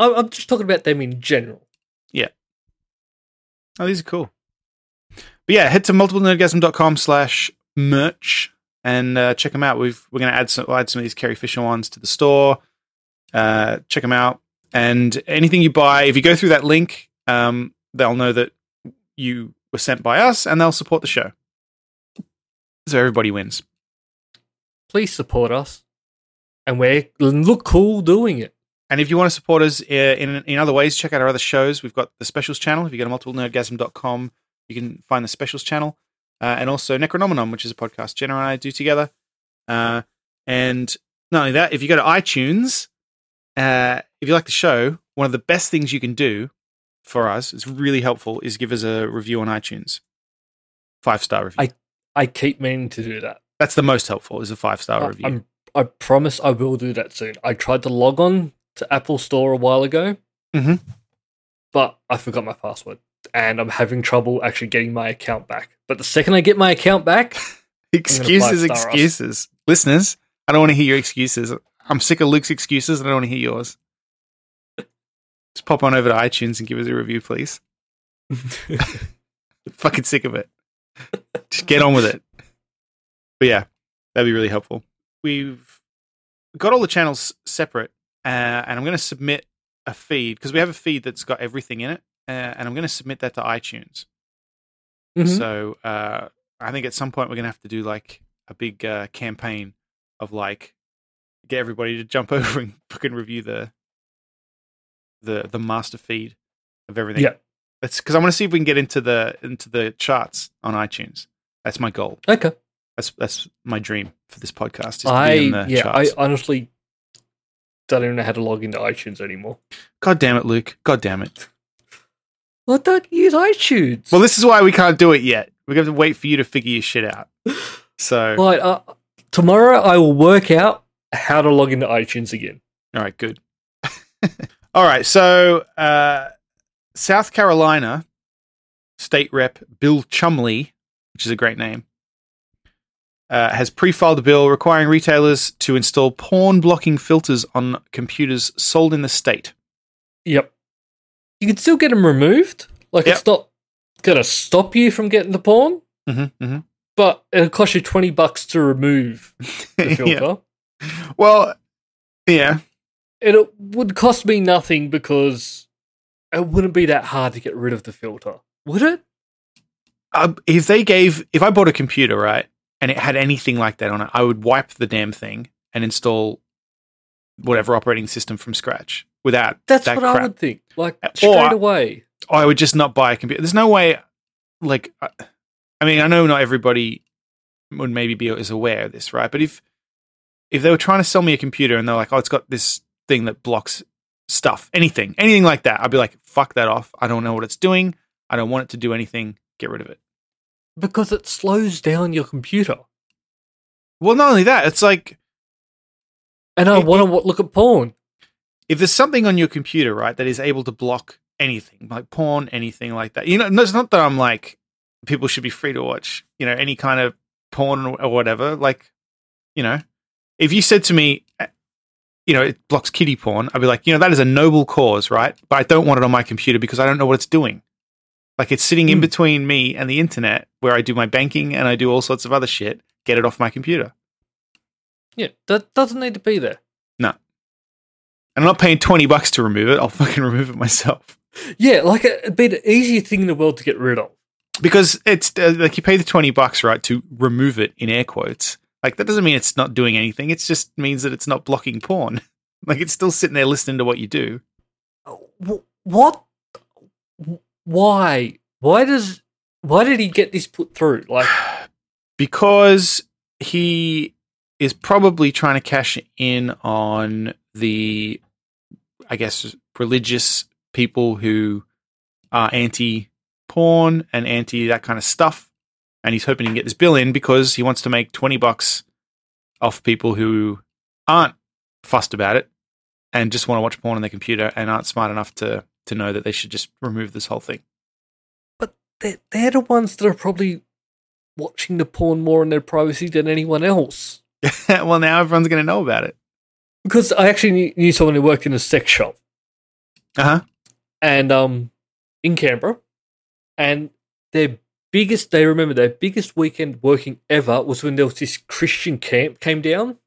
I'm, I'm just talking about them in general.
oh, these are cool. But yeah, head to multiplenerdgasm.com slash merch and uh, check them out. We've we're gonna add some we'll add some of these Carrie Fisher ones to the store. Uh, check them out. And anything you buy, if you go through that link, um, they'll know that you were sent by us, and they'll support the show. So everybody wins.
Please support us, and we look cool doing it.
And if you want to support us uh, in in other ways, check out our other shows. We've got the specials channel. If you go to multiplenerdgasm.com, you can find the specials channel. Uh, and also Necronomicon, which is a podcast Jenna and I do together. Uh, and not only that, if you go to iTunes, uh, if you like the show, one of the best things you can do for us, it's really helpful, is give us a review on iTunes. Five star review.
I- I keep meaning to do that.
That's the most helpful, is a five star
I,
review.
I'm, I promise I will do that soon. I tried to log on to Apple Store a while ago,
Mhm.
but I forgot my password, and I'm having trouble actually getting my account back. But the second I get my account back,
Excuses,
five-star us.
excuses. Listeners, I don't want to hear your excuses. I'm sick of Luke's excuses and I don't want to hear yours. Just pop on over to iTunes and give us a review, please. Fucking sick of it. Just get on with it. But yeah, that'd be really helpful. We've got all the channels separate, uh, and I'm going to submit a feed because we have a feed that's got everything in it, uh, and I'm going to submit that to iTunes.
Mhm.
So uh, I think at some point we're gonna have to do like a big uh, campaign of like get everybody to jump over and fucking review the the the master feed of everything.
yeah,
that's because I want to see if we can get into the into the charts on iTunes. That's my goal.
okay.
That's that's my dream for this podcast. Is to
I
be in the
yeah,
charts.
I honestly don't even know how to log into iTunes anymore.
God damn it, Luke. God damn it.
Well, I don't use iTunes.
Well, this is why we can't do it yet. We have to wait for you to figure your shit out. So
Right, uh, tomorrow I will work out how to log into iTunes again.
All right, good. All right, so uh, South Carolina State Rep Bill Chumley, which is a great name, uh, has pre-filed a bill requiring retailers to install porn blocking filters on computers sold in the state.
Yep, you can still get them removed. Like
Yep.
it's not gonna stop you from getting the porn,
Mm-hmm,
but it'll cost you twenty bucks to remove the filter.
yeah. Well, yeah.
And it would cost me nothing because it wouldn't be that hard to get rid of the filter, would it?
Uh, if they gave, if I bought a computer, right, and it had anything like that on it, I would wipe the damn thing and install whatever operating system from scratch without
That's
that
what
crap.
I would think. Like
Or-
straight away.
or I would just not buy a computer. There's no way, like, I, I mean, I know not everybody would maybe be as aware of this, right? But if if they were trying to sell me a computer and they're like, oh, it's got this thing that blocks stuff, anything, anything like that, I'd be like, fuck that off. I don't know what it's doing. I don't want it to do anything. Get rid of it.
Because it slows down your computer.
Well, not only that, it's like
And I
It-
want to look at porn.
if there's something on your computer, right, that is able to block anything, like porn, anything like that. You know, no, it's not that I'm like people should be free to watch, you know, any kind of porn or or whatever. Like, you know, if you said to me, eh, you know, it blocks kiddie porn, I'd be like, you know, that is a noble cause, right? But I don't want it on my computer because I don't know what it's doing. Like, it's sitting in between me and the internet where I do my banking and I do all sorts of other shit. Get it off my computer.
Yeah, that doesn't need to be there.
And I'm not paying 20 bucks to remove it. I'll fucking remove it myself.
Yeah, like it- it'd be the easiest thing in the world to get rid of.
because it's uh, like you pay the 20 bucks right to remove it in air quotes like that doesn't mean it's not doing anything it just means that it's not blocking porn like it's still sitting there listening to what you do
Uh, Wh- What? wh- Why? Why does? Why did he get this put through? Like,
because he is probably trying to cash in on the i guess religious people who are anti porn and anti that kind of stuff and he's hoping he can get this bill in because he wants to make 20 bucks off people who aren't fussed about it and just want to watch porn on their computer and aren't smart enough to to know that they should just remove this whole thing
but they're, they're the ones that are probably watching the porn more in their privacy than anyone else.
well now everyone's going to know about it
Because I actually knew, knew someone who worked in a sex shop,
uh-huh
and um, in Canberra, and their biggest they remember their biggest weekend working ever was when there was this Christian camp came down,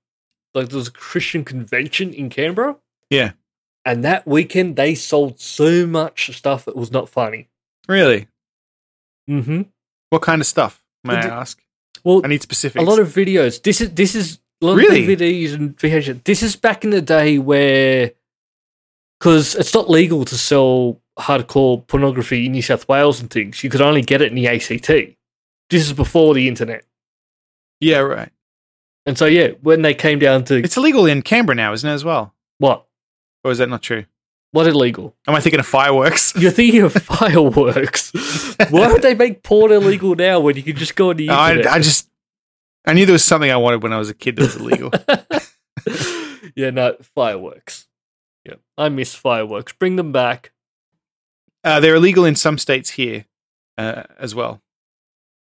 like there was a Christian convention in Canberra.
Yeah.
and that weekend they sold so much stuff it was not funny.
really
Mm-hmm.
What kind of stuff, may
Well,
I
d-
ask?
Well,
I need specifics.
a lot of videos. This is this is a lot
Really?
of DVDs and VHS. This is back in the day where, because it's not legal to sell hardcore pornography in New South Wales and things. You could only get it in the ACT. This is before the internet,
yeah, right.
and so yeah, when they came down to
It's illegal in Canberra now, isn't it, as well?
what
Or is that not true?
what illegal?
Am I thinking of fireworks?
You're thinking of fireworks. Why would they make porn illegal now when you could just go on the
I,
internet?
I just, I knew there was something I wanted when I was a kid that was illegal.
yeah, no fireworks. Yeah, I miss fireworks. Bring them back.
uh, they're illegal in some states here uh, as well.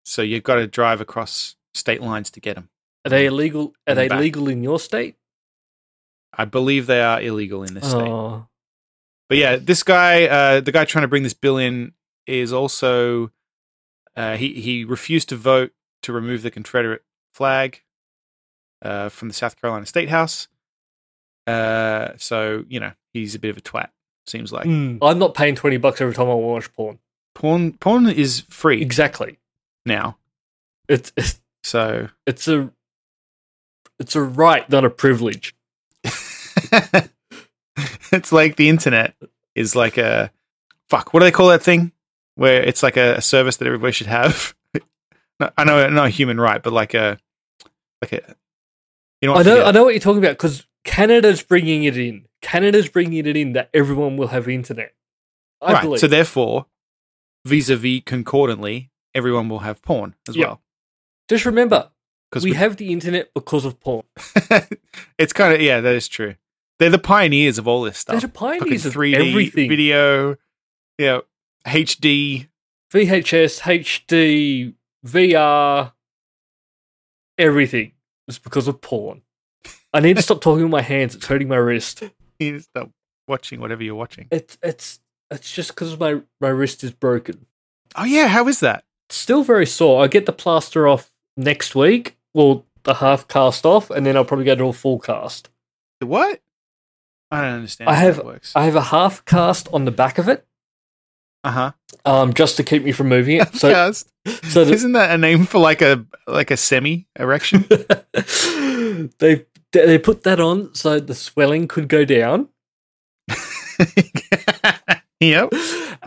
So you've got to drive across state lines to get them.
Are they illegal? Are
And
they
back.
legal in your state?
I believe they are illegal in this state.
Oh,
But yeah, this guy, uh, the guy trying to bring this bill in, is also uh, he he refused to vote to remove the Confederate flag uh, from the South Carolina State House. Uh, so you know he's a bit of a twat. Seems like
I'm not paying twenty bucks every time I watch porn.
porn porn is free
Exactly.
now,
It's it's,
so
it's a it's a right, not a privilege.
it's like the internet is like a fuck. What do they call that thing where it's like a, a service that everybody should have? No, I know, not a human right, but like a like a you know.
I
What,
know.
forget.
I know what you're talking about because Canada's bringing it in. Canada's bringing it in that everyone will have internet. I
right.
believe.
So therefore, vis-a-vis concordantly, everyone will have porn as
Yep.
well.
Just remember,
Because
we, have the internet because of porn.
it's kind of yeah, that is true. They're the pioneers of all this stuff.
They're the pioneers of
Fucking 3D
everything.
video, yeah, HD.
VHS, HD, VR, everything is because of porn. I need to stop talking with my hands. It's hurting my wrist.
You stop watching whatever you're watching.
It's it's it's just because my my wrist is broken.
Oh yeah, how is that?
It's still very sore. I get the plaster off next week. Well, the half cast off, and then I'll probably go to a full cast.
The What? I don't understand.
I
how
have-
that works.
I have a half cast on the back of it,
Uh huh.
um, just to keep me from moving it. So,
Cast.
so the,
Isn't that a name for like a like a semi erection?
they they put that on so the swelling could go down,
yep.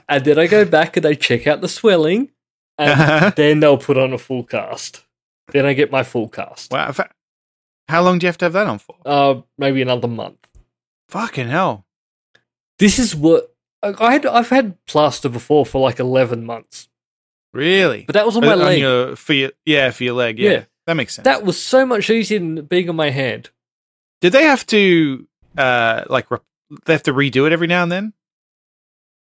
and then I go back and they check out the swelling, and
Uh-huh.
then they'll put on a full cast. Then I get my full cast.
Wow. in fact- How long do you have to have that on for?
Uh, maybe another month.
Fucking hell.
This is what I I had. I've had plaster before for like eleven months,
Really?
but that was on my leg.
your- for your yeah for your leg. Yeah,
Yeah.
that makes sense.
that was so much easier than it being on my hand.
Did they have to uh like re- they have to redo it every now and then,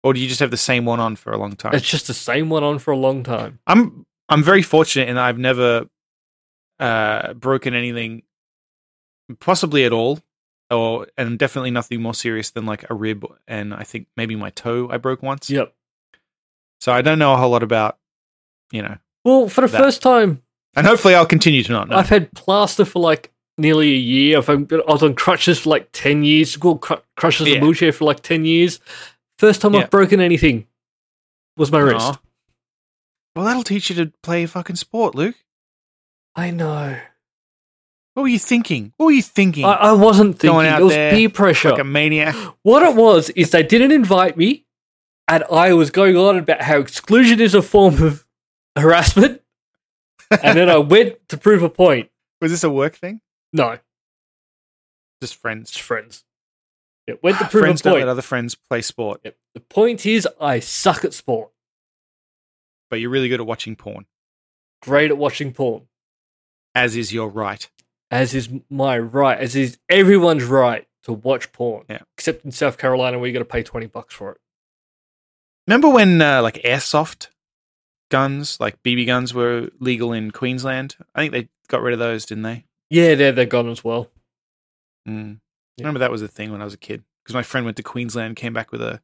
or do you just have the same one on for a long time?
It's just the same one on for a long time.
I'm I'm very fortunate in that I've never uh broken anything, possibly at all, or and definitely nothing more serious than like a rib and I think maybe my toe I broke once.
Yep.
So I don't know a whole lot about, you know,
Well, for the
That-
first time
and hopefully I'll continue to not know.
I've had plaster for like nearly a year. I've been, I was on crutches for like 10 years, well, cr- crutches
Yeah.
and wheelchair for like 10 years. First time
Yeah.
I've broken anything was my wrist.
Aw. Well, that'll teach you to play a fucking sport, Luke.
I know.
What were you thinking? What were you thinking?
I, I wasn't
Going
thinking.
out
It was
there
peer pressure.
like a maniac.
what it was is they didn't invite me, and I was going on about how exclusion is a form of harassment. and then I went to prove a point.
Was this a work thing?
No,
Just
it's
friends.
friends. Yeah, went to prove
Friends
a
don't
point.
let other friends play sport,
Yep. The point is, I suck at sport.
but you're really good at watching porn,
great at watching porn,
as is your right.
as is my right, as is everyone's right to watch porn.
Yeah.
Except in South Carolina, where you got to pay twenty bucks for it.
Remember when uh, like airsoft guns, like BB guns, were legal in Queensland? I think they got rid of those, didn't they?
Yeah, they're they're gone as well.
Mm.
Yeah.
Remember that was a thing when I was a kid because my friend went to Queensland, came back with a,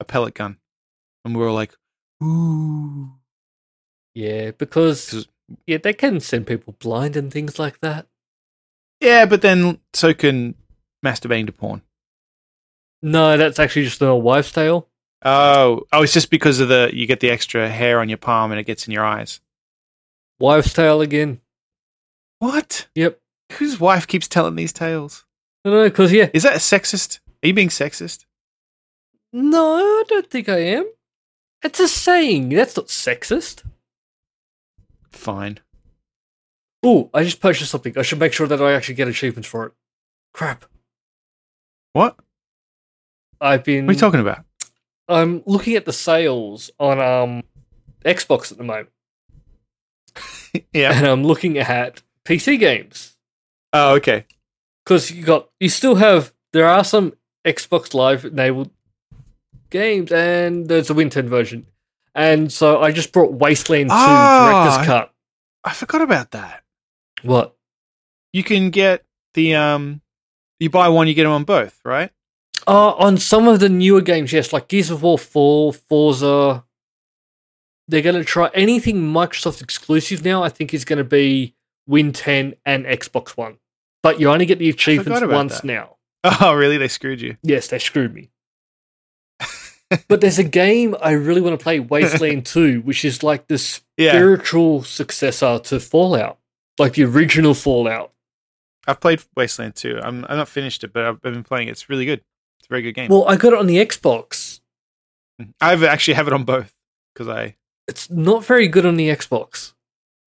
a pellet gun, and we were all like, "Ooh!"
Yeah, because
'Cause-
yeah, they can send people blind and things like that.
Yeah, but then so can masturbating to porn.
No, that's actually just an old wives' tale.
Oh, oh, it's just because of the you get the extra hair on your palm and it gets in your eyes.
Wives' tale again.
What?
Yep.
Whose wife keeps telling these tales?
No, no, because yeah,
Is that sexist? Are you being sexist?
no, I don't think I am. It's a saying. That's not sexist.
Fine.
Oh, I just purchased something. I should make sure that I actually get achievements for it. Crap.
What?
I've been.
What are you talking about?
I'm looking at the sales on um Xbox at the moment,
Yeah.
and I'm looking at PC games
Oh, okay.
because you got you still have there are some Xbox Live enabled games, and there's a Win 10 version, and so I just brought Wasteland 2
Ah, I-
Director's Cut.
I forgot about that.
What?
You can get the um, you buy one, you get them on both, right?
Uh, on some of the newer games, yes, like Gears of War 4, Forza. They're going to try anything Microsoft exclusive now, I think is going to be Win 10 and Xbox One. But you only get the achievements
about
once
that.
now.
Oh, really? They screwed you.
Yes, they screwed me. but there's a game I really want to play, Wasteland 2, which is like the
Yeah,
spiritual successor to Fallout, like the original Fallout.
I've played Wasteland 2. I'm I'm not finished it, but I've been playing it. It's really good. It's a very good game.
Well, I got it on the Xbox.
I've actually have it on both because I
It's not very good on the Xbox.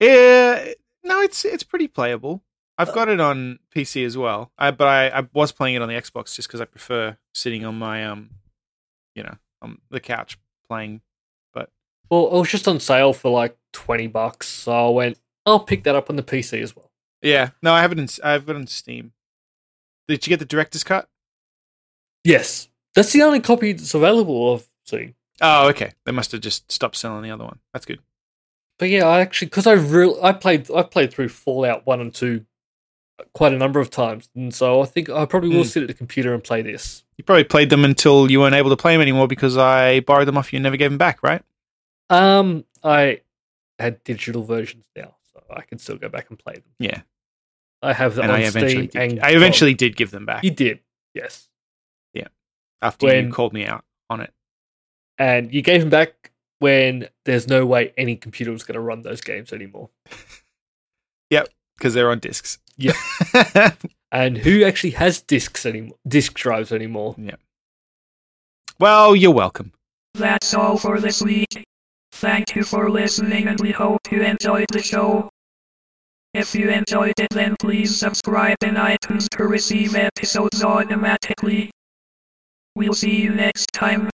yeah no it's it's pretty playable. I've got it on PC as well, I, but I, I was playing it on the Xbox just because I prefer sitting on my um you know on the couch playing.
Well, it was just on sale for like twenty bucks, so I went. I'll pick that up on the PC as well.
Yeah, no, I haven't. In, I've got it on Steam. Did you get the director's cut?
Yes, that's the only copy that's available I've seen.
Oh, okay. They must have just stopped selling the other one. That's good.
But yeah, I actually because I real I played I played through Fallout one and two quite a number of times, and so I think I probably will
Hmm.
sit at the computer and play this.
You probably played them until you weren't able to play them anymore because I borrowed them off you and never gave them back, right?
Um, I had digital versions now, so I can still go back and play them.
Yeah.
I have that
and
on
I eventually,
Steam.
did,
and
I eventually did give them back
you did, yes,
after you
when-
called me out on it.
and you gave them back when there's no way any computer was going to run those games anymore.
because they're on discs.
Yeah. And who actually has discs anymore? Disk drives anymore?
well, you're welcome.
That's all for this week. Thank you for listening and we hope you enjoyed the show. If you enjoyed it then please subscribe in iTunes to receive episodes automatically. We'll see you next time.